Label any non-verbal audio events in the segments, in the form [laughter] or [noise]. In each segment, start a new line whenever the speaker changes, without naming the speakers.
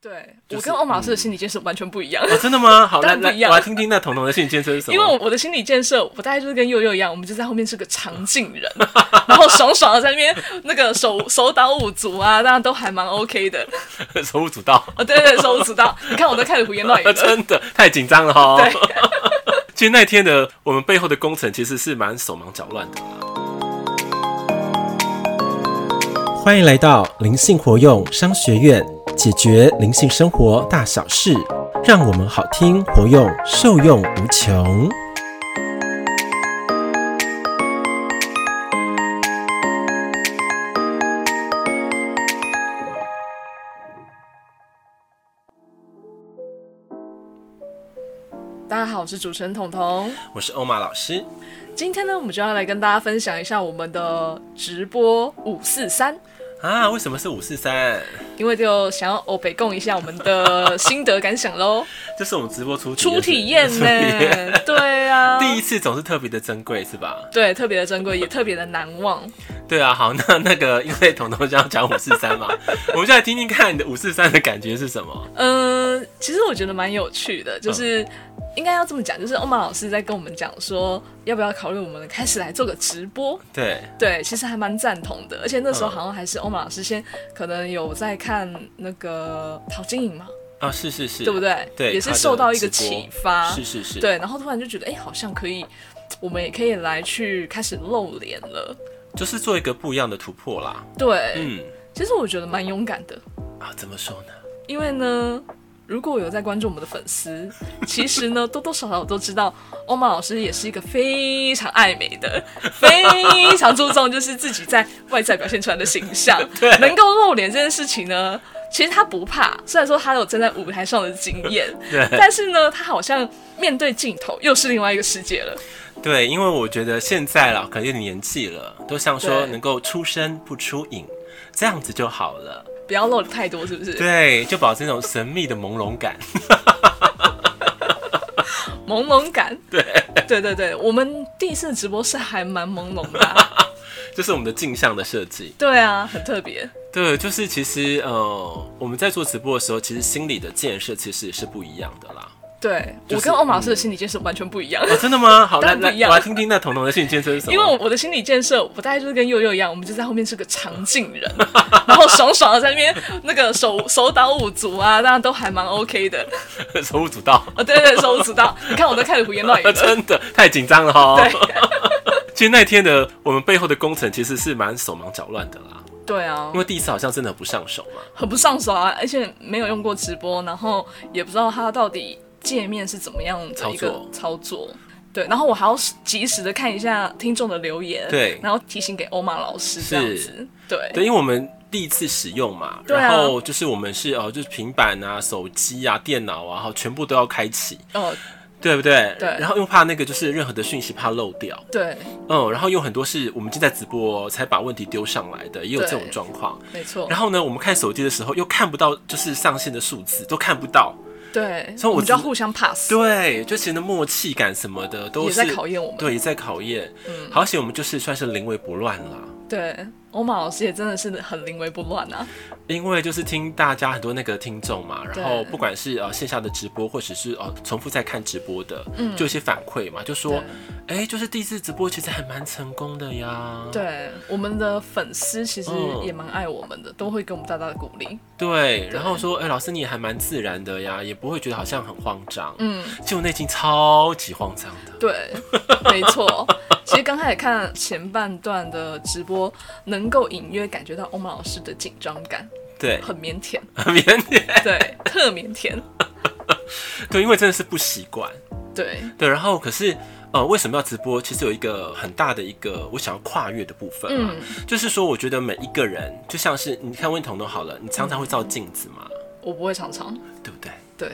对、
就是
我跟欧马老师的心理建设完全不一样，
哦，真的吗？好，来
但不
来，
一样
我来听听那彤彤的心理建设是什
[laughs]
么？
因为我我的心理建设，我大概就是跟佑佑一样，我们就在后面是个长进人， [laughs] 然后爽爽的在那边那个手手倒五足啊，大家都还蛮 OK 的。
我手舞足蹈，
哦，对对，手舞足蹈，你看我都开始胡言乱语了。
[laughs] 真的太紧张了哈。
对，
[laughs] 其实那天的我们背后的工程其实是蛮手忙脚乱的啦。
欢迎来到灵性活用商学院，解决灵性生活大小事，让我们好听活用，受用无穷。
大家好，我是主持人彤彤。
我是欧玛老师，
今天呢，我们就要来跟大家分享一下我们的直播五四三，
啊，为什么是五四三？
因为就想要欧北共一下我们的心得感想
[laughs]
喽，
这是我们直播初
初体
体
验
验是
呢、
不是初体验
对啊，
[laughs] 第一次总是特别的珍贵，是吧？
对特别的珍贵，也特别的难忘。
对啊，好，那那个因为彤彤想要讲五四三
[laughs]
嘛，我们就来听听看你的五四三的感觉是什么。
嗯，其实我觉得蛮有趣的，
嗯
就是、应该要这么讲，就是欧玛老师在跟我们讲说，要不要考虑我们开始来做个直播？
对，
对，其实还蛮赞同的，而且那
嗯
时候好像还是欧玛老师先可能有在看那个陶晶莹嘛，
啊，是是是，
对不？对？
对
也是
他的
受到一个
直播
启发，
是是是，
对，然后突然就觉得，哎、好像可以，我们也可以来去开始露脸了。
就是做一个不一样的突破啦。
对，
嗯，
其实我觉得蛮勇敢的，
啊，怎么说呢？
因为呢，如果有在关注我们的粉
[laughs]
丝，其实呢，多多少少都知道，欧玛老师也是一个非常爱美的，非常注重就是自己在外在表现出来的形
[laughs]
象，能够露脸这件事情呢。其实他不怕，虽然说他有站在舞台上的经验，
[laughs] 对
但是呢，他好像面对镜头又是另外一个世界了。
对，因为我觉得现在啦，可能有点年纪了，都想说
对
能够出声不出影，这样子就好了。
不要露的太多，是不是？
对，就保持那种神秘的朦胧感。 [laughs]
朦胧感。对，对对对，我们第一次直播是还蛮朦胧的啊、
[laughs] 这是我们的镜像的设计。
对啊，很特别。
对，就是其实呃，我们在做直播的时候，其实心理的建设其实也是不一样的啦。
对、
就是
我跟欧马老师的心理建设完全不一样，
[laughs] 哦，真的吗？好，
当
来
然
来，
不一样
我来听听那彤彤的心理建设是什
[laughs]
么？
因为我我的心理建设，我大概就是跟佑佑一样，我们就在后面是个长进人，然后爽爽的在那边那个手手倒五足啊，大家都还蛮 OK 的。
我 [laughs] 手舞足蹈，
哦，对对对，手舞足蹈，你哎看我都开始胡言乱语
[laughs]
了。
真的太紧张了哈。
对，
[laughs] 其实那天的我们背后的工程其实是蛮手忙脚乱的啦，
对啊
因，为第一次好像真的不上手嘛。
很不上手啊，而且没有用过直播，然后也不知道它到底界面是怎么样的一个
操作
操作。对，然后我还要及时的看一下听众的留言，
对
然后提醒给欧玛老师这样子，对，
对，因为我们第一次使用嘛，
对啊
然后就是我们是哦、呃就是平板啊、手机啊、电脑啊，然后全部都要开启，
哦，
对不对？
对
然后又怕那个就是任何的讯息怕漏掉，
对，
嗯，然后有很多是我们正在直播、哦、才把问题丢上来的，也有这种
对
状况。
没错，
然后呢，我们看手机的时候又看不到，就是上线的数字都看不到。
对，
所以我
我们就要
知
互相 pass，
对，就其实默契感什么的都
也
是
在考验我们嗯
对，也在考验。好险我们就是算是临危不乱啦。
对，欧玛老师也真的是很临危不乱啊，
因为就是听大家很多那个听众嘛，然后
对
不管是呃线下的直播，或者是呃重复在看直播的，嗯，就有一些反馈嘛，就说，哎、就是第一次直播其实还蛮成功的呀，
对，我们的粉丝其实
嗯
也蛮爱我们的，都会给我们大大的鼓励，
对，然后说，哎、老师你也还蛮自然的呀，也不会觉得好像很慌张，
嗯，
就内心超级慌张的，
对，没
[laughs]
错。其实刚开始看前半段的直播，能够隐约感觉到欧玛老师的紧张感，
对，
很腼腆，
很腼腆，
对，特腼腆，
[laughs] 对，因为真的是不习惯，
对，
对，然后可是呃，为什么要直播？其实有一个很大的一个我想要跨越的部分嘛，
嗯
就是说，我觉得每一个人就像是你看温彤彤好了，你常常会照镜子嘛，
我不会常常，
对不对？
对，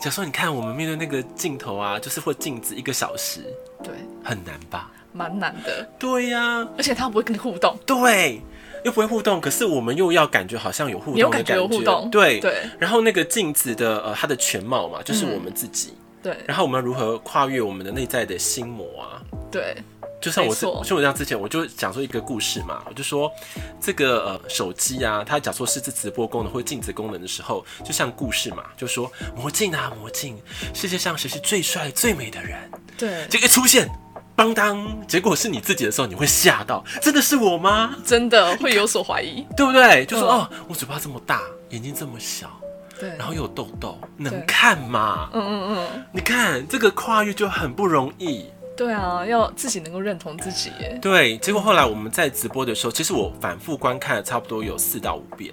假如说你看我们面对那个镜头啊，就是或镜子一个小时，
对，
很难吧？
蛮难的，
对呀、
而且他不会跟你互动，
对，又不会互动，可是我们又要感觉好像有互
你有
动
感
的
觉有互动，
对。
对
然后那个镜子的呃，它的全貌嘛，就是
嗯
我们自己。
对
然后我们如何跨越我们的内在的心魔啊？
对，
就像我自
没错
像我这样之前，我就讲说一个故事嘛，我就说这个呃手机啊，它假说是这直播功能或镜子功能的时候，就像故事嘛，就说魔镜啊魔镜，世界上谁是最帅最美的人？
对，
结果一出现，邦当，结果是你自己的时候，你会吓到，真的是我吗？
真的会有所怀疑。
对不对？就说、
嗯
哦，我嘴巴这么大，眼睛这么小，
对，
然后又有痘痘，
对
能看吗？
嗯嗯嗯，
你看这个跨越就很不容易。
对啊，要自己能够认同自己耶。
对，结果后来我们在直播的时候，其实我反复观看了差不多有四到五遍。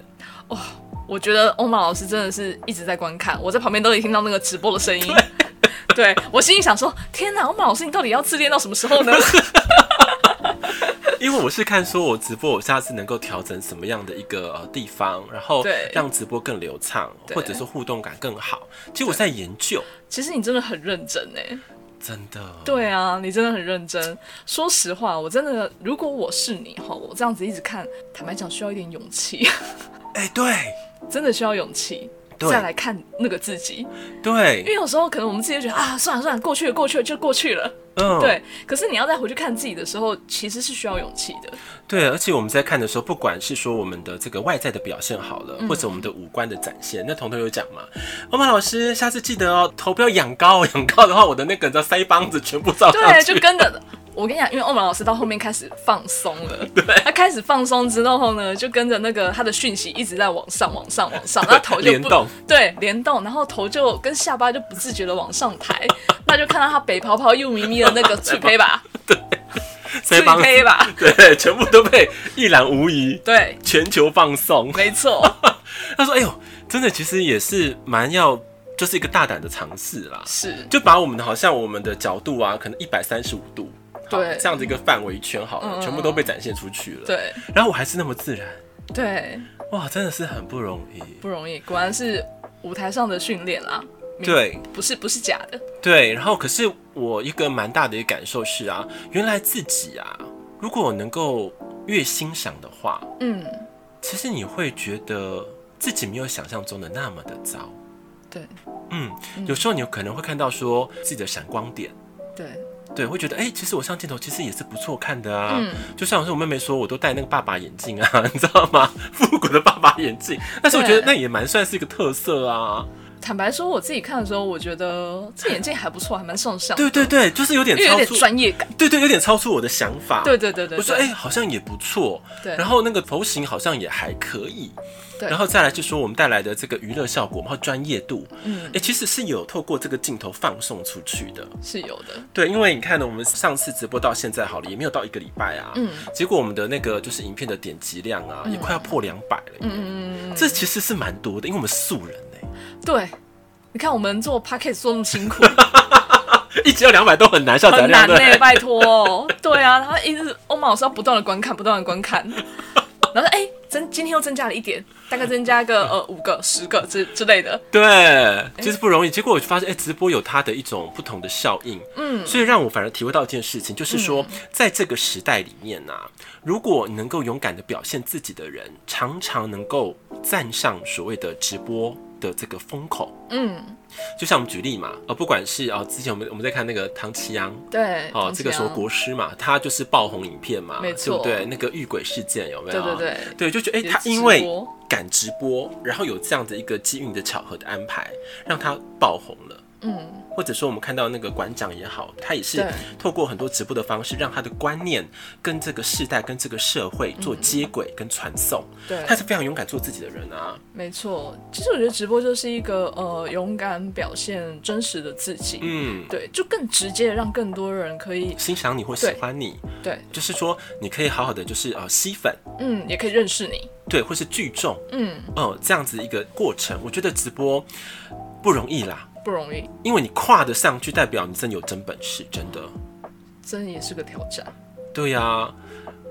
我觉得欧玛老师真的是一直在观看，我在旁边都可以听到那个直播的声音。对我心里想说：天哪，欧玛老师，你到底要自恋到什么时 [laughs] 候呢？
因为我是看说我直播，我下次能够调整什么样的一个呃地方，然后
对
让直播更流畅，
对
或者是互动感更好。其实我在研究，
其实你真的很认真哎。
真的，
对啊，你真的很认真。说实话，我真的，如果我是你哈，我这样子一直看，坦白讲，需要一点勇气， [laughs]
哎，对
真的需要勇气。
对
再来看那个自己，因
对，
为有时候可能我们自己就觉得啊，算了算了，过去了过去了就过去了。
嗯，
对，可是你要再回去看自己的时候，其实是需要勇气
[laughs]
的。
对，而且我们在看的时候，不管是说我们的这个外在的表现好了，
嗯
或者我们的五官的展现，那彤彤有讲嘛？欧曼老师，下次记得哦，头不要仰高哦，仰高的话，我的那个你知道腮帮子全部照上
对，
去。
就跟着。我跟你讲，因为欧盟老师到后面开始放松
[laughs]
了，他开始放松之后呢，就跟着那个他的讯息一直在往上、往上、往上，那头就不
联动，
对，联动，然后头就跟下巴就不自觉的往上抬， [laughs] 那就看到他北跑跑又咪咪的那个脆胚
[laughs]
吧，
腮帮
脆胚
子，
吧，
[laughs] 对，全部都被一览无遗，
对，
全球放送。
没错，
他说：“哎呦，真的，其实也是蛮要，就是一个大胆的尝试啦。”
是，
就把我们的好像我们的角度啊，可能一百三十五度，好
对
这样的一个范围圈好了，
嗯嗯
全部都被展现出去了。，
对
然后我还是那么自然，
对，
哇，真的是很不容易。
不容易，果然是舞台上的训练啦，明
对
不是不是假的，
对，然后可是我一个蛮大的一个感受是啊，原来自己啊，如果我能够越欣赏的话，
嗯，
其实你会觉得自己没有想象中的那么的糟。
对
嗯，有时候你可能会看到说自己的闪光点，
对，
对，会觉得哎、其实我上镜头其实也是不错看的啊。
嗯
就像是我妹妹说，我都戴那个爸爸眼镜啊， [laughs] 你知道吗？复古的爸爸眼镜，但是我觉得
对
那也蛮算是一个特色啊。
坦白说，我自己看的时候，我觉得这眼镜还不错，还蛮上相的，
对对对，就是有点
因为有
超
点
出，
专业感。
对对，有点超出我的想法。
对对对对，
啊我说
对
哎、好像也不错，
对
然后那个头型好像也还可以，
对
然后再来就说我们带来的这个娱乐效果，然后专业度，
嗯
哎、其实是有透过这个镜头放送出去的。
是有的，
对，因为你看呢，我们上次直播到现在好了，也没有到一个礼拜啊，
嗯
结果我们的那个就是影片的点击量啊，也快要破两百了，
嗯，
这其实是蛮多的，因为我们素人哎、
对。你看我们做 p a c k e t 做那么辛
[laughs]
苦，
一直要两百都很难，下载
很
量
难欸呢、
对不对
拜托、对啊，然后一直欧玛老师要不断的观看，不断的观看，然后说哎、增今天又增加了一点，大概增加个呃五个、十个之之类的，
对，其实不容易。结果我就发现，哎、直播有它的一种不同的效应，嗯，所以让我反而体会到一件事情，就是说，
嗯
在这个时代里面呐、啊，如果你能够勇敢的表现自己的人，常常能够站上所谓的直播的这个风口，
嗯，
就像我们举例嘛，呃，不管是啊、呃之前我们我们在看那个唐奇阳，
对，
哦
哎唐，
这个
吉
时候
阳
国师嘛，他就是爆红影片嘛，
没错
对不对？那个遇鬼事件有没有？
对对对
对，就觉得哎、
也
他
是
因
直
为
播
敢直播，然后有这样的一个机运的巧合的安排，让他爆红了。
嗯，
或者说，我们看到那个馆长也好，他也是
对
透过很多直播的方式，让他的观念跟这个世代、跟这个社会做接轨跟传送。
对
他是非常勇敢做自己的人啊。
没错。其实我觉得直播就是一个呃勇敢表现真实的自己，
嗯，
对，就更直接的让更多人可以
欣赏你或喜
对
欢你，
对，
就是说你可以好好的就是呃吸粉，
嗯，也可以认识你，
对，或是聚众，
嗯，
哦，这样子一个过程，我觉得直播不容易啦，
不容易，
因为你跨得上去，代表你真的有真本事，真的。
真的也是个挑战。
对呀、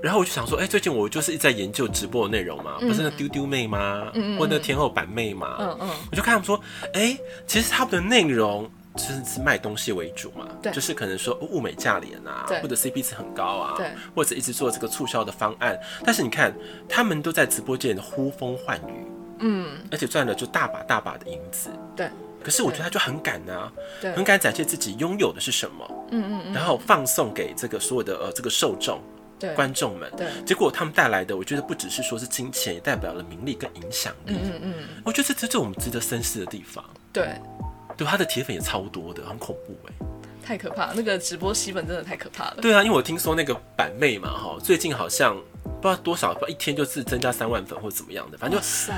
然后我就想说，哎、最近我就是一直在研究直播的内容嘛，不是那丢丢妹吗？或那天后版妹嘛，
嗯嗯，
我就看他们说，哎、其实他们的内容。就是是卖东西为主嘛，
对
就是可能说物美价廉啊
对，
或者 CP 值很高啊，
对，
或者一直做这个促销的方案。但是你看，他们都在直播间呼风唤雨，嗯，而且赚了就大把大把的银子。
对，
可是我觉得他就很敢啊，
对，
很敢展现自己拥有的是什么，
嗯嗯嗯，
然后放送给这个所有的呃这个受众
对，
观众们。
对，
结果他们带来的，我觉得不只是说是金钱，也代表了名利跟影响力。
嗯嗯，
我觉得这这是我们值得深思的地方。
对，
对，他的铁粉也超多的，很恐怖哎、
太可怕了，那个直播吸粉真的太可怕了。
对啊，因为我听说那个板妹嘛，哈，最近好像不知道多少，一天就是增加三万粉或者怎么样的，反正
哇
就
塞，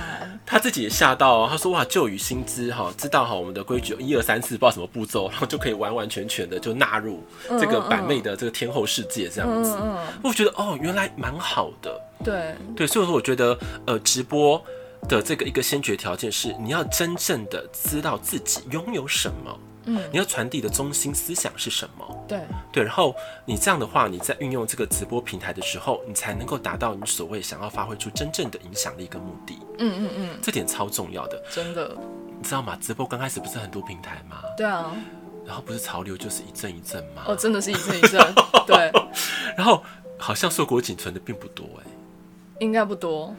他自己也吓到、哦，他说哇，旧雨新知哈，知道哈我们的规矩一二三四，不知道什么步骤，然后就可以完完全全的就纳入这个板妹的这个天后世界这样
嗯
子。
嗯，
我觉得哦，原来蛮好的，
对，
对，所以说我觉得呃，直播的这个一个先决条件是你要真正的知道自己拥有什么，
嗯，
你要传递的中心思想是什么。
对，
对，然后你这样的话，你在运用这个直播平台的时候，你才能够达到你所谓想要发挥出真正的影响力跟目的，
嗯嗯嗯，
这点超重要的，
真的，嗯
你知道吗？直播刚开始不是很多平台吗？
对啊，
然后不是潮流就是一阵一阵吗？
哦，真的是一阵一 [laughs] 阵，对，
然后好像硕果仅存的并不多哎、
应该不多。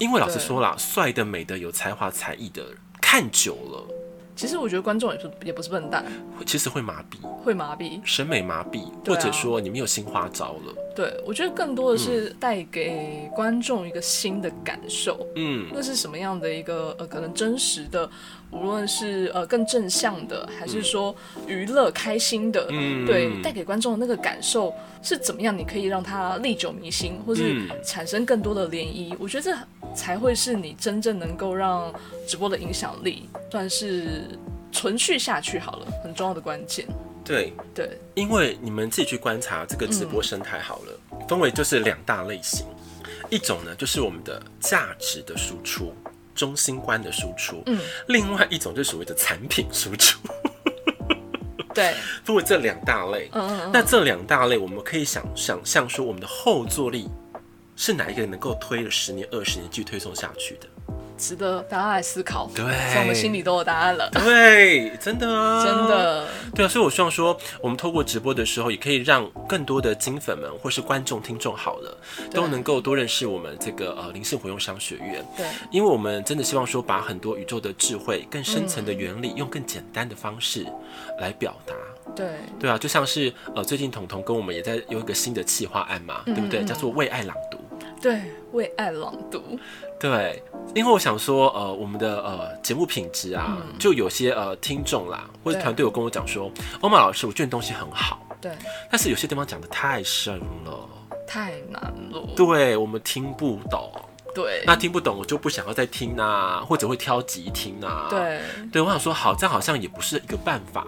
因为老实
对
说啦，帅的、美的、有才华、才艺的，看久了
其实我觉得观众也是也不是笨蛋，
会其实会麻痹，
会麻痹。
审美麻痹，
对
或
啊
者说你没有新花招了。
对我觉得更多的是带给观众一个新的感受，
嗯，
那是什么样的一个呃，可能真实的，无论是呃更正向的，还是说娱乐开心的，
嗯
对，带给观众的那个感受是怎么样？你可以让它历久弥新，或是
嗯
产生更多的涟漪。我觉得这才会是你真正能够让直播的影响力算是存续下去好了，很重要的关键。
对，
对，
因为你们自己去观察这个直播生态好了，
嗯
分为就是两大类型，一种呢就是我们的价值的输出，中心观的输出，
嗯，
另外一种就是所谓的产品输出，
对，
分为这两大类。
嗯嗯嗯，
那这两大类，我们可以想想象说，我们的后坐力是哪一个能够推了十年、二十年继续推送下去
[laughs]
的？
值得大家来思考。
对
所以我们心里都有答案了，
对，真的啊，
真的，
对啊，所以我希望说，我们透过直播的时候，也可以让更多的金粉们或是观众、听众好了，都能够多认识我们这个呃灵性活用商学院。
对，
因为我们真的希望说，把很多宇宙的智慧、更深层的原理，用更简单的方式来表达。
对，
对啊，就像是呃，最近彤彤跟我们也在有一个新的企划案嘛，对不
嗯
对？叫做为爱朗读。
对，为爱朗读，
对，因为我想说，呃，我们的呃节目品质啊，就有些呃听众啦，或者
嗯对
团队有跟我讲说，欧玛老师，我觉得你东西很好。
对，
但是有些地方讲的太深了，
太难了，
对我们听不懂。
对，
那听不懂，我就不想要再听啊，或者会挑集听啊。，
对，
对我想说，好，这样好像也不是一个办法，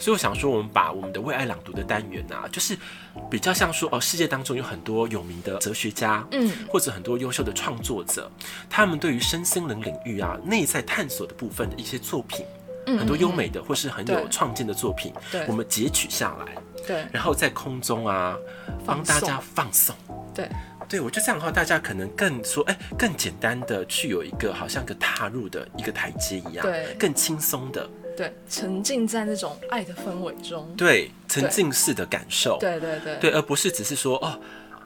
所以我想说，我们把我们的为爱朗读的单元啊，就是比较像说，哦，世界当中有很多有名的哲学家，
嗯，
或者很多优秀的创作者，他们对于身心灵领域啊内在探索的部分的一些作品，
嗯
很多
嗯
优美的或是很有
对
创建的作品
对，
我们截取下来，
对
然后在空中啊，帮
放
大
送
家放送。
对
对，我觉得这样的话，大家可能更说，哎、更简单的去有一个好像个踏入的一个台阶一样，
对
更轻松的，
对，沉浸在那种爱的氛围中，
对，沉浸式的感受，
对对对
对而不是只是说，哦，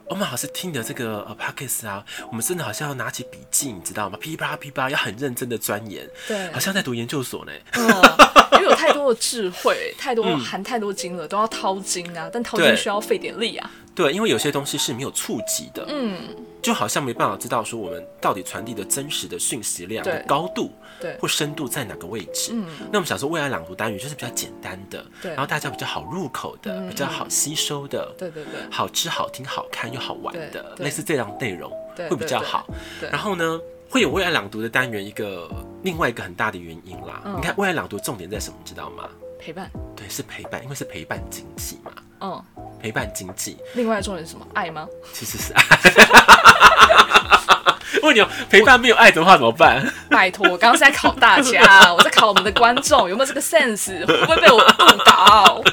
我们好像听的这个呃 p o d c a s t 啊，我们真的好像要拿起笔记，你知道吗？噼啪噼啪，要很认真的钻研，
对
好像在读研究所呢。
嗯，因为有太多的智
[laughs]
慧，太多含太多金了，都要掏金啊，但掏
嗯对
金需要费点力啊，
对，因为有些东西是没有触及的，
嗯，
就好像没办法知道说我们到底传递的真实的讯息量
对
的高度，
对
或深度在哪个位置。
嗯
那我们想说未来朗读单元就是比较简单的，
对嗯
然后大家比较好入口的，比较好吸收的，
对对对
好吃、好听、好看又好玩
对
的，
对
类似这样内容
对
会比较
对对
好。
对
然后呢，会有未来朗读的单元一个另外一个很大的原因啦。
嗯
你看未来朗读重点在什么，你知道吗？
陪伴，
对，是陪伴，因为是陪伴经济嘛，
嗯，
陪伴经济。
另外重点是什么？爱吗？ [laughs]
其实是爱。 [laughs] 问你哦，陪伴没有爱的话怎么办？ [laughs]
拜托，我刚刚是在考大家，啊 [laughs] 我在考我们的观众有没有这个 sense，会不会被我误
[laughs]
导？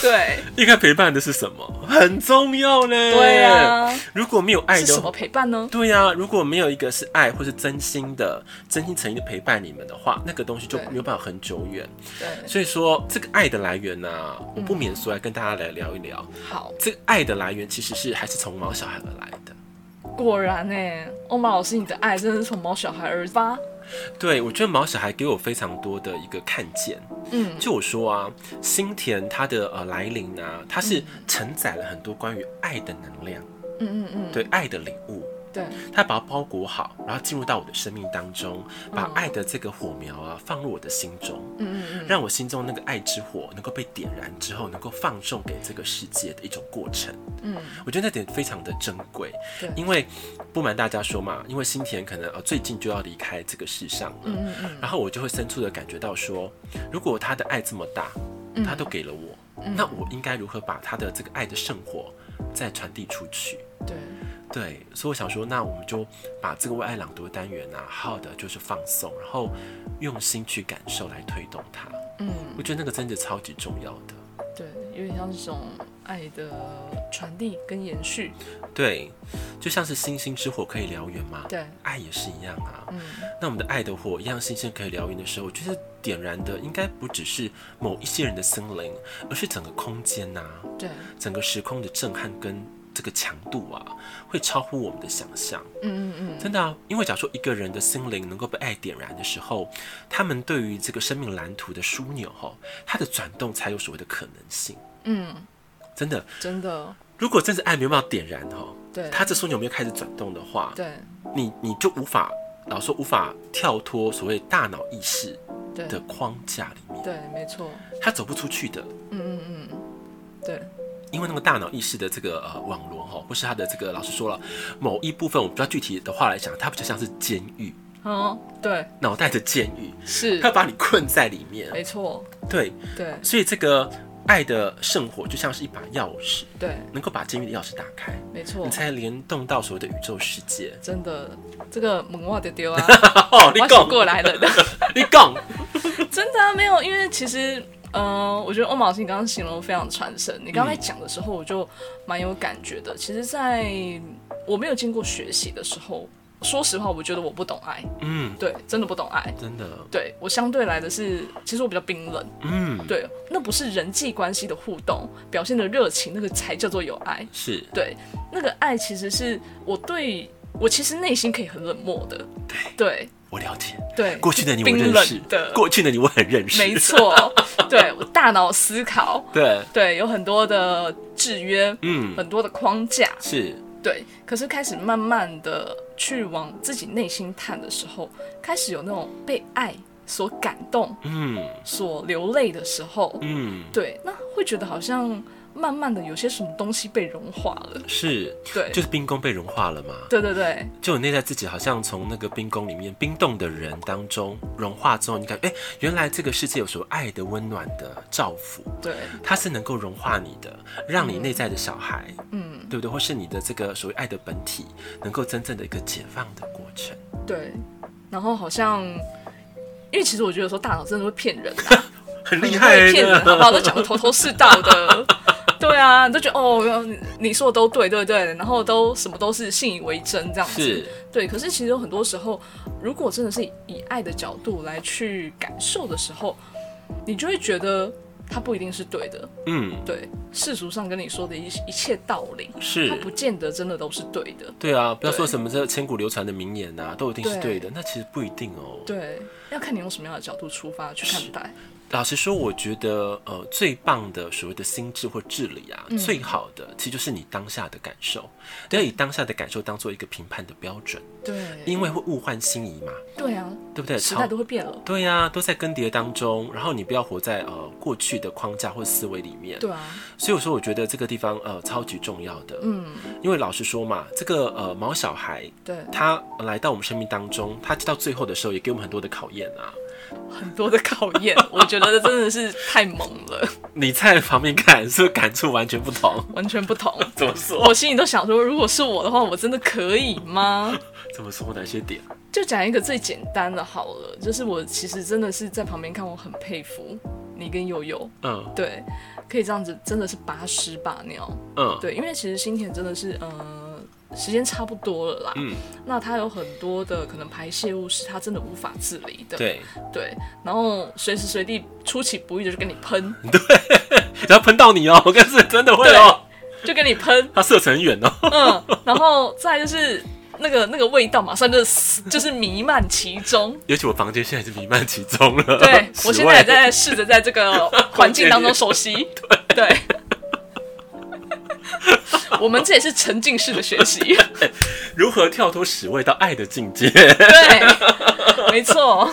对
你看陪伴的是什么？很重要嘞。
对啊，
如果没有爱
是
的
什
话
么，陪伴呢？
对呀、如果没有一个是爱或是真心的、真心诚意的陪伴你们的话，那个东西就
对
没有办法很久远。
对，
所以说，这个爱的来源呢、啊我不免说来跟大家来聊一聊。
好，
这个爱的来源其实是还是从毛小孩而来的。
欸果然呢、欧玛老师，你的爱真的是从毛小孩而发，
对，我觉得毛小孩给我非常多的一个看见。
嗯
就我说啊，心田它的呃来临啊，它是承载了很多关于爱的能量，
嗯嗯嗯，
对爱的礼物。
对，
它把它包裹好，然后进入到我的生命当中，把爱的这个火苗啊放入我的心中，
嗯嗯
让我心中那个爱之火能够被点燃之后，能够放纵给这个世界的一种过程。
嗯
我觉得那点非常的珍贵
对，
因为不瞒大家说嘛，因为新田可能呃最近就要离开这个世上了，
嗯嗯
然后我就会深处的感觉到说，如果他的爱这么大，
嗯
他都给了我，那我应该如何把他的这个爱的圣火再传递出去？
嗯，对，
对，所以我想说，那我们就把这个为爱朗读的单元啊，好好的就是放松，然后用心去感受来推动它。
嗯
我觉得那个真的超级重要的。
对，有点像这种爱的传递跟延续。
对，就像是星星之火可以燎原嘛，
对，
爱也是一样啊。
嗯
那我们的爱的火一样新鲜可以燎原的时候，我觉得点燃的应该不只是某一些人的森林，而是整个空间呐、
对，
整个时空的震撼跟这个强度啊，会超乎我们的想象。
嗯嗯嗯，
真的啊，因为假如说一个人的心灵能够被爱点燃的时候，他们对于这个生命蓝图的枢纽哈，它的转动才有所谓的可能性。
嗯，
真的，
真的，
如果真是爱没有办法点燃哈，
对
它这枢纽没有开始转动的话，
对
你你就无法，老实说无法跳脱所谓大脑意识
对
的框架里面，
对，没错，
他走不出去的，
嗯嗯嗯，对，
因为那个大脑意识的这个呃网络哈，或是他的这个老实说了，某一部分我们比较具体的话来讲，它比较像是监狱，
哦，对，
脑袋的监狱，
是
它，把你困在里面。
没错，
对，
对
所以这个爱的圣火就像是一把钥匙，
对，
能够把监狱的钥匙打开，
没错
你，才联动到所谓的宇宙世界。
真的，这个门外丢 [laughs] 丢啊，
哦，
[laughs]
你
我
讲
醒过来了的。
你讲，
真的、啊、没有，因为其实，呃，我觉得欧老师你刚刚形容得非常传神。你刚才讲的时候，我就蛮有感觉的。其实，在我没有经过学习的时候，说实话，我觉得我不懂爱，
嗯，
对，真的不懂爱。
真的，
对我相对来的是，其实我比较冰冷，
嗯，
对，那不是人际关系的互动表现的热情，那个才叫做有爱。
是
对，那个爱其实是我对我其实内心可以很冷漠的，对
我了解。
对
过去的你我
冰
认
冷
识
的，
过去的你我很认识，
没。
[laughs]
错，对我大脑思考，
对，
对，有很多的制约，
嗯，
很多的框架，
是，
对。可是开始慢慢的去往自己内心探的时候，开始有那种被爱所感动、
嗯
所流泪的时候，
嗯，
对，那会觉得好像慢慢的有些什么东西被融化了，
是，
对，
就是冰宫被融化了嘛。
对对对，
就我内在自己好像从那个冰宫里面冰冻的人当中融化之后，你感觉哎、原来这个世界有所谓爱的温暖的照拂，
对，
它是能够融化你的，让你内在的小孩，
嗯，
对不对？或是你的这个所谓爱的本体，能够真正的一个解放的过程。
对。然后好像，因为其实我觉得有时候大脑真的会骗人啊。
很
你会骗啊人，好不好？都讲的头头是道
[laughs]
的。对啊，你都觉得哦，你说的都对，对不对？然后都什么都是信以为真这样子
是。，
对，可是其实有很多时候，如果真的是以爱的角度来去感受的时候，你就会觉得它不一定是对的。
嗯，
对，世俗上跟你说的一一切道理，它不
是。
见得真的都是对的。
对啊，不要说
对
什么这千古流传的名言呐、啊，都一定是对的，那其实不一定哦。
对，要看你用什么样的角度出发去看待。
老实说，我觉得呃，最棒的所谓的心智或智力
嗯
啊，最好的其实就是你当下的感受，不要以当下的感受当做一个评判的标准，
对，
因为会物换星移嘛，
对啊，
对不对？
时
超
代都会变了。
对呀、都在更迭当中，然后你不要活在呃过去的框架或思维里面。
对啊，
所以我说，我觉得这个地方呃超级重要的，
嗯，
因为老实说嘛，这个呃毛小孩
对，
他来到我们生命当中，他到最后的时候也给我们很多的考验啊。
很多的考验， [laughs] 我觉得真的是太猛了，
你在旁边看，是不是感触完全不
[laughs]
同？
完全不
[laughs]
同。
怎么说？
我心里都想说，如果是我的话，我真的可以吗？
怎么说哪些点？
就讲一个最简单的好了，就是我其实真的是在旁边看，我很佩服你跟悠悠，
嗯
对，可以这样子，真的是把屎把尿，
嗯，，
对，因为其实新田真的是，呃，时间差不多了啦，
嗯，
那他有很多的可能排泄物是他真的无法自理的，
对，
对，然后随时随地出其不意的就跟你喷，
然后喷到你哦，我 [laughs] 跟你说真的会哦，
就跟你喷，
它射程很远哦，
嗯，然后再来就是那个那个味道马上就死就是弥漫其中。
尤其我房间现在是弥漫其中了。
对
十
我
[laughs] 位
现在也在试着在这个环境当中熟悉。对，我们这也是沉浸式的学习。
如何跳脱屎味到爱的境界？
对，没错，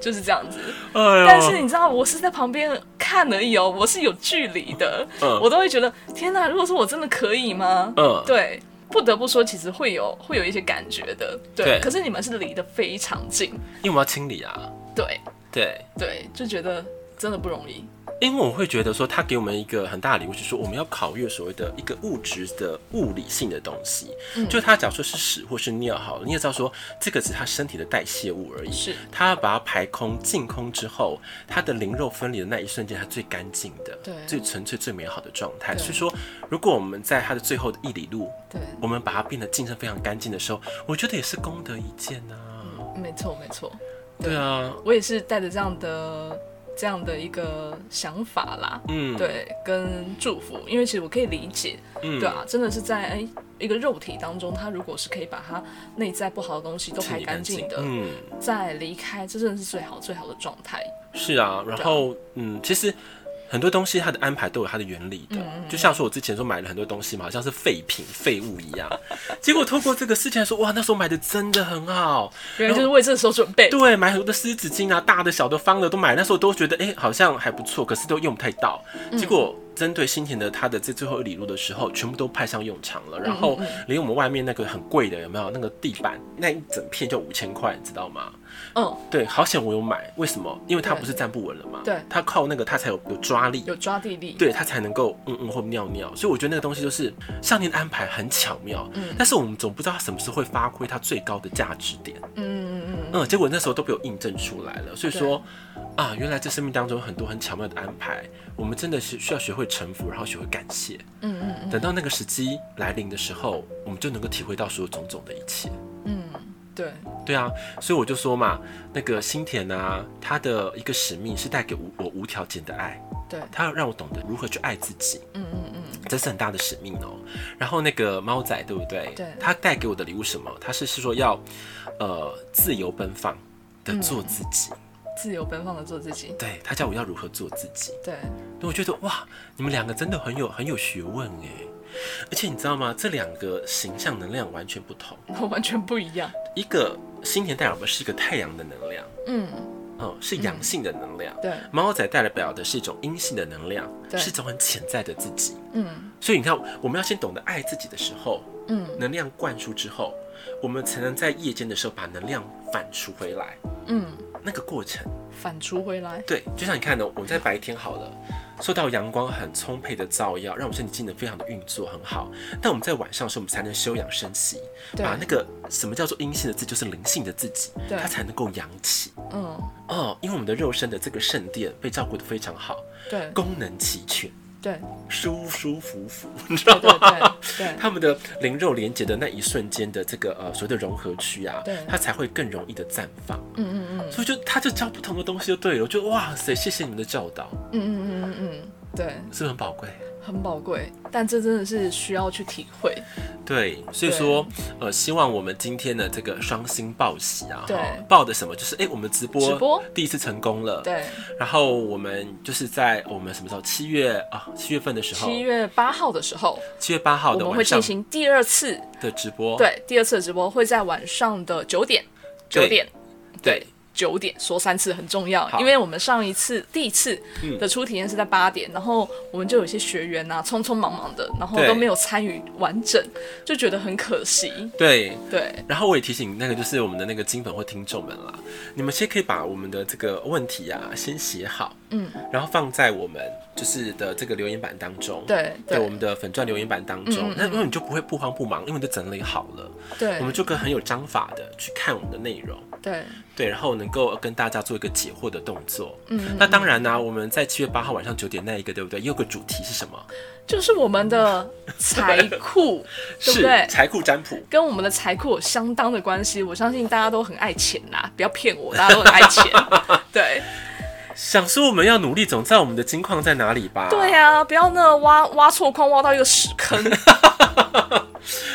就是这样子。
哎呦
[laughs] 但是你知道，我是在旁边看而已哦，我是有距离的，
嗯
我都会觉得天哪！如果说我真的可以吗？
嗯
对，不得不说，其实会有会有一些感觉的，对。
对
可是你们是离得非常近，
因为我要清理啊，
对
对。
对，就觉得真的不容易。
因为我会觉得说，他给我们一个很大的礼物，是说我们要考虑所谓的一个物质的物理性的东西。
嗯
就他假如说是屎或是尿好了，你也知道说这个只是他身体的代谢物而已。
是
他要把它排空、净空之后，他的灵肉分离的那一瞬间，它最干净的、
对
最纯粹、最美好的状态。
对
所以说，如果我们在他的最后的一里路，
对，
我们把它变得净身非常干净的时候，我觉得也是功德一件呐、
没错没错，
对啊，
我也是带着这样的这样的一个想法啦。
嗯，，
对，跟祝福，因为其实我可以理解，
嗯
对啊，真的是在哎一个肉体当中，他如果是可以把他内在不好的东西都
清
排
理
干净的，
嗯，
再离开，这真的是最好最好的状态。
是啊。然后，嗯，其实很多东西它的安排都有它的原理的，就像说我之前说买了很多东西嘛，好像是废品、废物一样。 [laughs] 结果透过这个事情来说，哇，那时候买的真的很好，
原来就是为这时候准备。
对，买很多的湿纸巾啊，大的、小的、方的都买，那时候都觉得哎、诶好像还不错，可是都用不太到。结果针对新田的他的这最后一里路的时候，全部都派上用场了。然后连我们外面那个很贵的有没有那个地板那一整片就五千块，你知道吗？
嗯，
对，好险我有买，为什么？因为它不是站不稳了嘛，
对
它靠那个它才有有抓力。
有抓地力。
对它才能够嗯嗯或尿尿，所以我觉得那个东西就是上天的安排很巧妙，
嗯
但是我们总不知道它什么时候会发挥它最高的价值点。
嗯，嗯嗯嗯，
嗯，结果那时候都被我印证出来了，所以说啊，原来这生命当中有很多很巧妙的安排，我们真的是需要学会臣服，然后学会感谢。
嗯嗯
等到那个时机来临的时候，我们就能够体会到所有种种的一切。
对，
对啊，所以我就说嘛，那个新田啊，他的一个使命是带给我我无条件的爱，
对
他要让我懂得如何去爱自己，
嗯嗯嗯，
这是很大的使命哦。然后那个猫仔，对不对？
对
他带给我的礼物是什么？他是是说要，呃，自由奔放的做自己。
嗯自由奔放的做自己。
对他叫我要如何做自己，
对，
那我觉得哇，你们两个真的很有很有学问哎，而且你知道吗？这两个形象能量完全不同，
完全不一样。
一个新田代表的是一个太阳的能量，
嗯，
嗯，是阳性的能量，
对，
猫仔代表的是一种阴性的能量，
对
是一种很潜在的自己。
嗯
所以你看，我们要先懂得爱自己的时候，
嗯
能量灌输之后，我们才能在夜间的时候把能量反刍回来，
嗯，
那个过程。
反刍回来。
对，就像你看呢，我在白天好了，受到阳光很充沛的照耀，让我们身体机能非常的运作很好。但我们在晚上的时候，我们才能休养生息，
对
把那个什么叫做阴性的自己，就是灵性的自己，
对
它才能够扬起。
嗯，
哦，因为我们的肉身的这个圣殿被照顾得非常好，
对
功能齐全，
对
舒舒服服，你知
对
道
对
吗？
对对，
他们的灵肉连接的那一瞬间的这个呃所谓的融合区啊
对，
它才会更容易的绽放。
嗯嗯嗯
所以就它就教不同的东西就对了。我觉得哇塞，谢谢你们的教导。
嗯嗯嗯嗯嗯，对。
是不是很宝贵。
很宝贵，但这真的是需要去体会。
对，所以说，呃，希望我们今天的这个双星报喜啊，
对
哈报的什么？就是哎、我们直播
直播
第一次成功了，，
对，
然后我们就是在我们什么时候？七月啊，七月份的时候，
七月八号的时候，
七月八号
我
的
们
晚
会进
上哦
行第二次，
的直播，
对，第二次的直播会在晚上的九点，
对
九点，
对
九点说三次很重要
好，嗯
因为我们上一次第一次的初体验是在八点，然后我们就有一些学员啊匆匆忙忙的，然后
对
都没有参与完整，就觉得很可惜。
对。
对，
然后我也提醒那个就是我们的那个金粉或听众们啦，你们先可以把我们的这个问题啊先写好，
嗯，
然后放在我们就是的这个留言板当中，
对
在
对
我们的粉钻留言板当
嗯
中
嗯，
那因为你就不会不慌不忙，因为你都整理好了，
对
我，们就可以很有章法的去看我们的内容，
对，
对，然后能够跟大家做一个解惑的动作。嗯，那当然呢、我们在七月八号晚上九点那一个，对不对？也有个主题是什么？
就是我们的财 [laughs] 库，对不对
是？财库占卜。
跟我们的财库有相当的关系。我相信大家都很爱钱呐、不要骗我，大家都很爱 [laughs] 钱。对
想说我们要努力，总在我们的金矿在哪里吧？
对、啊呀、不要 [laughs] 那挖挖错矿，挖到一个屎坑。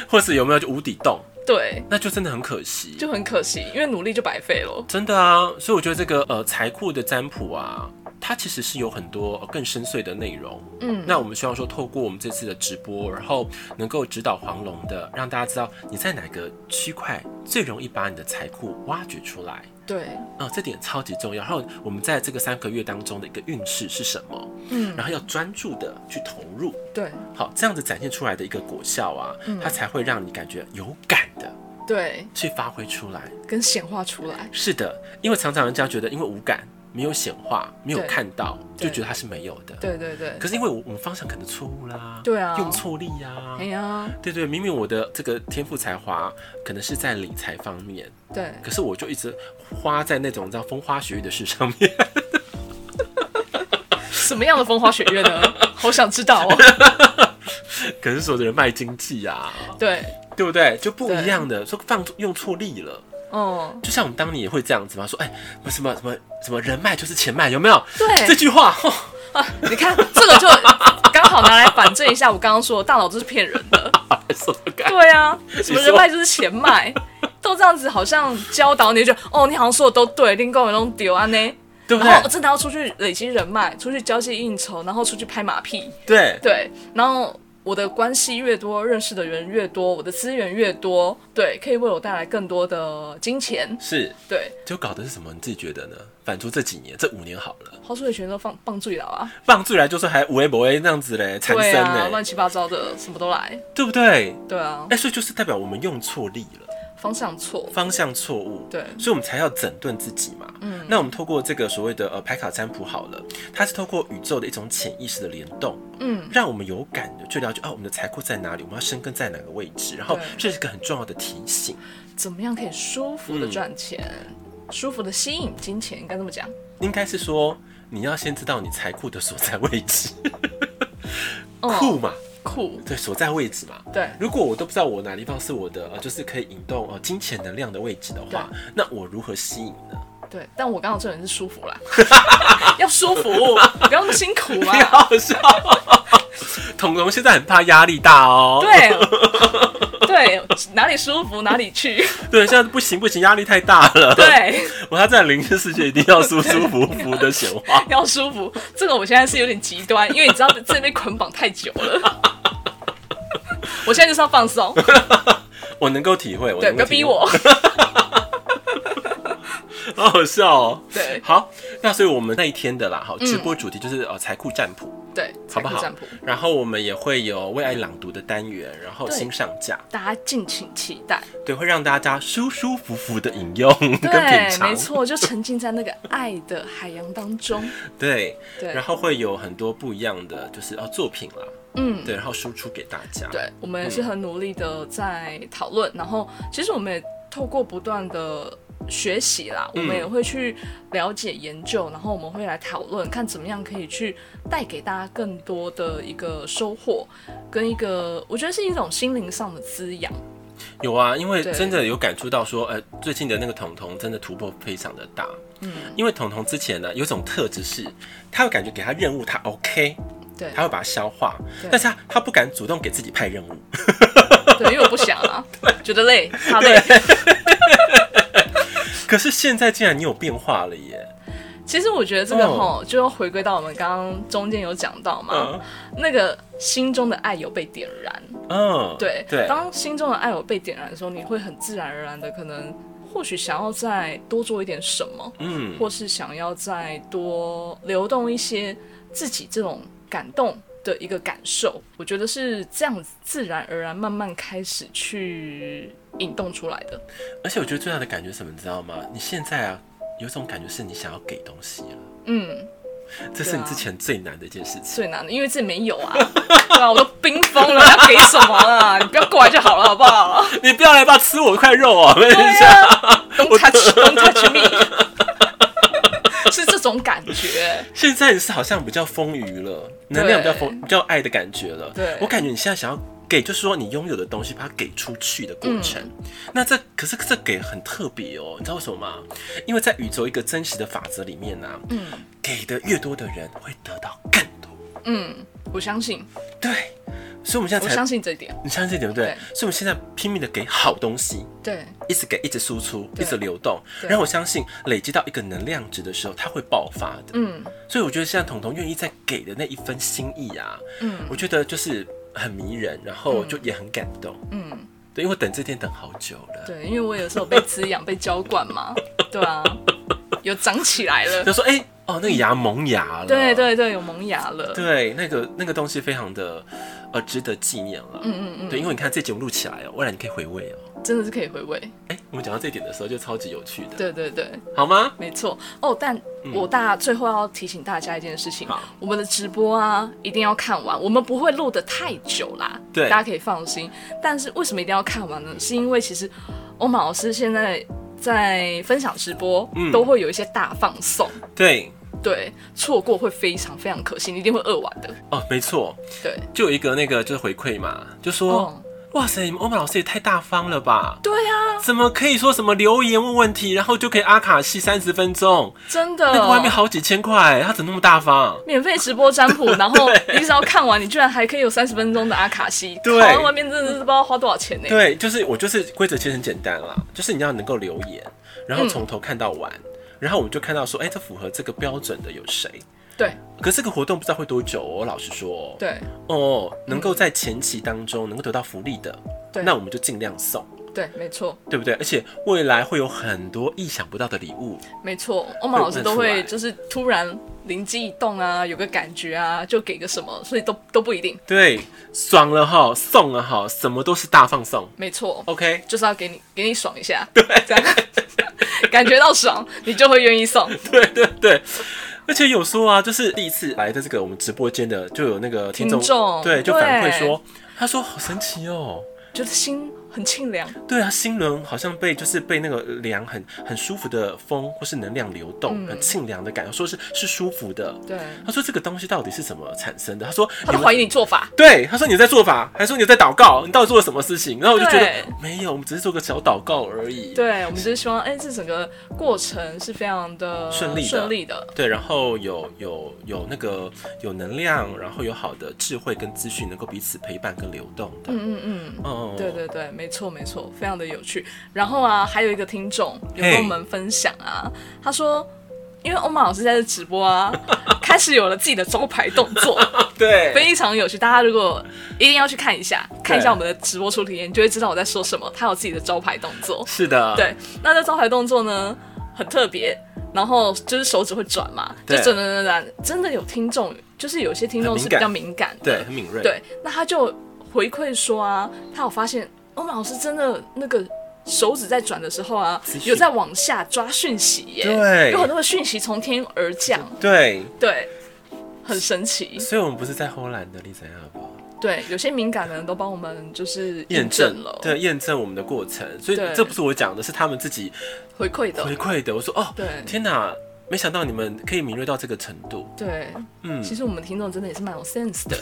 或是有没有就无底洞？
对，
那就真的很可惜，
就很可惜，因为努力就白费了。
真的啊。所以我觉得这个呃财库的占卜啊，它其实是有很多呃更深邃的内容。
嗯，
那我们希望说，透过我们这次的直播，然后能够指导黄龙的，让大家知道你在哪个区块最容易把你的财库挖掘出来。
对，
嗯，这点超级重要。然后我们在这个三个月当中的一个运势是什么？
嗯，
然后要专注的去投入，
对，
好，这样子展现出来的一个果效啊，
嗯
它才会让你感觉有感的
对，
去发挥出来。
跟显化出来，
是的，因为常常人家觉得因为无感没有显化，没有
对
看到，就
对
觉得它是没有的。。
对对对，
可是因为我我们方向可能错误啦，
对啊
用错力呀
哎，呀，
对对，明明我的这个天赋才华可能是在理财方面，
对，
可是我就一直花在那种你知道风花雪月的事上面。 [laughs]
[laughs] 什么样的风花雪月呢？好想知道哦。
可能是有的人卖经济啊，
[laughs] 对，
对不对？就不一样的，说放用错力了。
嗯，
就像我们当年也会这样子嘛，说哎，什么什么什么人脉就是钱脉，有没有？
对
这句话， [laughs] 哦
你看这个就刚好拿来反证一下我刚刚说的大脑这是骗
[laughs]
人的。
说得干
对啊，什
你
么
说
人脉就是钱脉，都这样子，好像教导你就哦，你好像说的都对，另外弄丢啊呢。
对不
然后
对？
真的要出去累积人脉，出去交际应酬，然后出去拍马屁，
对
对，然后。我的关系越多，认识的人越多，我的资源越多，对，可以为我带来更多的金钱，
是，
对。
就搞的是什么？你自己觉得呢？反正这几年，这五年好了，
花束的全都放放醉了啊，
棒最来就是还五 A 博 A 那样子嘞，缠
对
身
啊，
嘞，
乱七八糟的什么都来，
对不对？
对啊，
哎，所以就是代表我们用错力了。
方向错，
方向错误，
对
所以我们才要整顿自己嘛。嗯，那我们透过这个所谓的呃牌卡占卜好了，它是透过宇宙的一种潜意识的联动，
嗯，
让我们有感的去了解哦，我们的财库在哪里，我们要深耕在哪个位置，然后
对
这是一个很重要的提醒。
怎么样可以舒服
嗯
的赚钱，舒服的吸引金钱，应该这么讲，
应该是说你要先知道你财库的所在位置，
哦
库嘛，
酷，
对，所在位置嘛。
对
如果我都不知道我哪地方是我的呃，就是可以引动呃金钱能量的位置的话，那我如何吸引呢？
对，但我刚好这人是舒服
[laughs]
啦，要舒服，不要那么辛苦啊，
[laughs] 好笑。彤彤现在很怕压力大哦。
对，对，哪里舒服哪里
[laughs]
去，
对，现在不行不行，压力太大了。， [laughs]
对，
我要在灵性世界一定要舒舒服服的显
[laughs]
化。
要舒服，这个我现在是有点极端，因为你知道这被捆绑太久
[laughs]
了，我现在就是要放松，
我能够体会，我
对，
能
不
够
要
体会
逼，我，
好好笑哦。
对
好，那所以我们那一天的啦，好，直播主题就是呃财库占卜，
对，
好
财
不
富
好
占卜。？
然后我们也会有为爱朗读的单元，然后
对
新上架，
大家敬请期待。
对，会让大家舒舒服服的饮
[laughs]
用跟品
对，
尝
没。错，就沉浸在那个爱的海洋当
[laughs]
中。
对，
对
然后会有很多不一样的就是呃作品啦，
嗯，
对，然后输出给大家。
对，我们也是很努力的在讨论，然后其实我们也透过不断的。学习啦，我
嗯
们也会去了解研究，然后我们会来讨论，看怎么样可以去带给大家更多的一个收获，跟一个我觉得是一种心灵上的滋养。
有啊，因为
对
真的有感触到说，呃，最近的那个彤彤真的突破非常的大。嗯，因为彤彤之前呢有一种特质是，他会感觉给他任务他 OK，
对
他会把它消化，
对
但是他他不敢主动给自己派任务， [laughs]
对，因为我不想啊，觉得累，怕累。
可是现在竟然你有变化了耶，
其实我觉得这个吼，就要回归到我们刚刚中间有讲到嘛，
哦嗯
那个心中的爱有被点燃，
嗯，
对，
对，
当心中的爱有被点燃的时候，你会很自然而然的可能，或许想要再多做一点什么，
嗯，
或是想要再多流动一些自己这种感动的一个感受，我觉得是这样子自然而然慢慢开始去引动出来的。
而且我觉得最大的感觉是什么，你知道吗？你现在啊有一种感觉是你想要给东西了，
嗯，
这是
对啊
你之前最难的一件事情。 [laughs]
最难的，因为这没有啊， [laughs] 对啊，我都冰封了，要给什么啊？你不要过来就好了，好不好？
你不要来吧，吃我的块肉啊！
对
[laughs]
啊，Don't touch, don't touch me，是这种感觉。
现在你是好像比较丰腴了，能量比较丰，比较爱的感觉了。
对
我感觉你现在想要给，就是说你拥有的东西，把它给出去的过程。
嗯
那这可是这给很特别哦，你知道为什么吗？因为在宇宙一个真实的法则里面呢、嗯，给的越多的人会得到更多。
嗯，我相信，
对，所以我们现在
我
才
相信这一点。
你相信这点对不对？
对
所以我们现在拼命的给好东西，
对，
一直给，一直输出，一
对
直流动。
对
然后我相信累积到一个能量值的时候，它会爆发的。
嗯
所以我觉得现在彤彤愿意再给的那一份心意啊，
嗯
我觉得就是很迷人，然后就也很感动。
嗯，
对，因为我等这天等好久了。
对，因为我有时候被滋养、被浇灌嘛， [laughs] 对啊，有长起来了
[laughs] 就，说哎、哦，那个芽萌芽了。
对对对，有萌芽了。
对，那个那个东西非常的呃值得纪念了。
嗯嗯嗯，
对，因为你看这节目录起来哦，未来你可以回味哦。
真的是可以回味。
哎、我们讲到这一点的时候就超级有趣的，
对对对，
好吗？
没错哦。但我大最后要提醒大家一件事情
嗯好，
我们的直播啊一定要看完，我们不会录的太久啦，
对
大家可以放心。但是为什么一定要看完呢？是因为其实欧马老师现在在分享直播，
嗯
都会有一些大放送，
对，
对，错过会非常非常可惜，你一定会饿完的，
哦，没错，
对，
就有一个那个就是回馈嘛，就说、
嗯，
哇塞，你们欧曼老师也太大方了吧？
对啊，
怎么可以说什么留言问问题，然后就可以阿卡西三十分钟？
真的，
那个外面好几千块，他怎么那么大方？
免费直播占卜，然
[laughs]
后你只要看完，你居然还可以有三十分钟的阿卡西，
对
台湾外面真的是不知道花多少钱呢、
对，就是我就是规则其实很简单啦，就是你要能够留言，然后从头看到完，然后我们就看到说，哎、这符合这个标准的有谁？
对
可是这个活动不知道会多久哦，老实说，，
对
哦，能够在前期当中能够得到福利的，
对
那我们就尽量送，
对，没错。
对不对？而且未来会有很多意想不到的礼物，
没错，欧曼老师都
会问出
会
来
就是突然灵机一动啊，有个感觉啊，就给个什么，所以都都不一定。
对，爽了哈，送了哈，什么都是大放送
没错，
，OK。
就是要给你给你爽一下，对，这样 [laughs] 感觉到爽，你就会愿意送。
对对 [laughs] 对，而且有说啊，就是第一次来的这个我们直播间的，就有那个听众
听众
对，就反馈
对
说，他说好神奇哦，
就是心很清凉，
对啊，心轮好像被就是被那个凉很很舒服的风或是能量流动，
嗯
很沁凉的感觉，说是是舒服的。
对
他说这个东西到底是怎么产生的？他说
他
你
都
们
怀疑你做法，
对，他说你在做法，还说你在祷告，你到底做了什么事情？然后我就觉得
对
没有，我们只是做个小祷告而已。
对我们就是希望，哎、这整个过程是非常的
顺利的
顺利的，
对，然后有有有那个有能量，然后有好的智慧跟资讯，能够彼此陪伴跟流动的。嗯
嗯嗯。
嗯，
对对对，没错没错，非常的有趣。然后啊，还有一个听众有
嘿
跟我们分享啊，他说，因为欧玛老师在这直播
[laughs]
啊，开始有了自己的招牌动作，
对
非常有趣。大家如果一定要去看一下，看一下我们的直播初体验，你就会知道我在说什么。他有自己的招牌动作，
是的，
对，那这招牌动作呢很特别，然后就是手指会转嘛，就
对
转转转转，真的有听众，就是有些听众
很
是
敏
比
感
较敏感的，
对，很敏锐。
对，那他就回馈说啊，他有发现欧曼老师真的那个手指在转的时候啊
资，讯
有在往下抓讯息耶，
对
有很多的讯息从天而降，
对，
对，很神奇。
所以我们不是在偷懒的丽怎样吧？
对，有些敏感的人都帮我们就是
验
证了，
对，验证我们的过程。所以
对
这不是我讲的，是他们自己
回馈的
回，馈的。我说哦，
对
天哪，没想到你们可以敏锐到这个程度，
对，
嗯
其实我们听众真的也是蛮有 sense
[laughs]
的，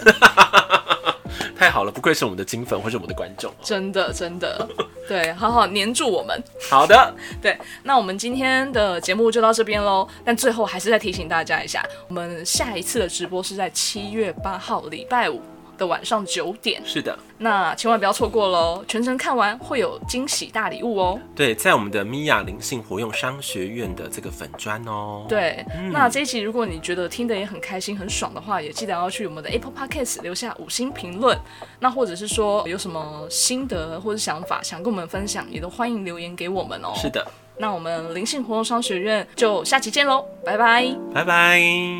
太好了，不愧是我们的金粉或者我们的观众。
真的真的，对，好好黏住我们。
好的，
对，那我们今天的节目就到这边喽。但最后还是再提醒大家一下，我们下一次的直播是在七月八号礼拜五的晚上九点，
是的。
那千万不要错过喽！全程看完会有惊喜大礼物哦。
对，在我们的米娅灵性活用商学院的这个粉砖哦。，
对，那这一集如果你觉得听得也很开心、很爽的话，也记得要去我们的 Apple Podcast 留下五星评论。那或者是说有什么心得或者想法想跟我们分享，也都欢迎留言给我们哦。
是的，
那我们灵性活动商学院就下期见喽，拜拜。
拜拜。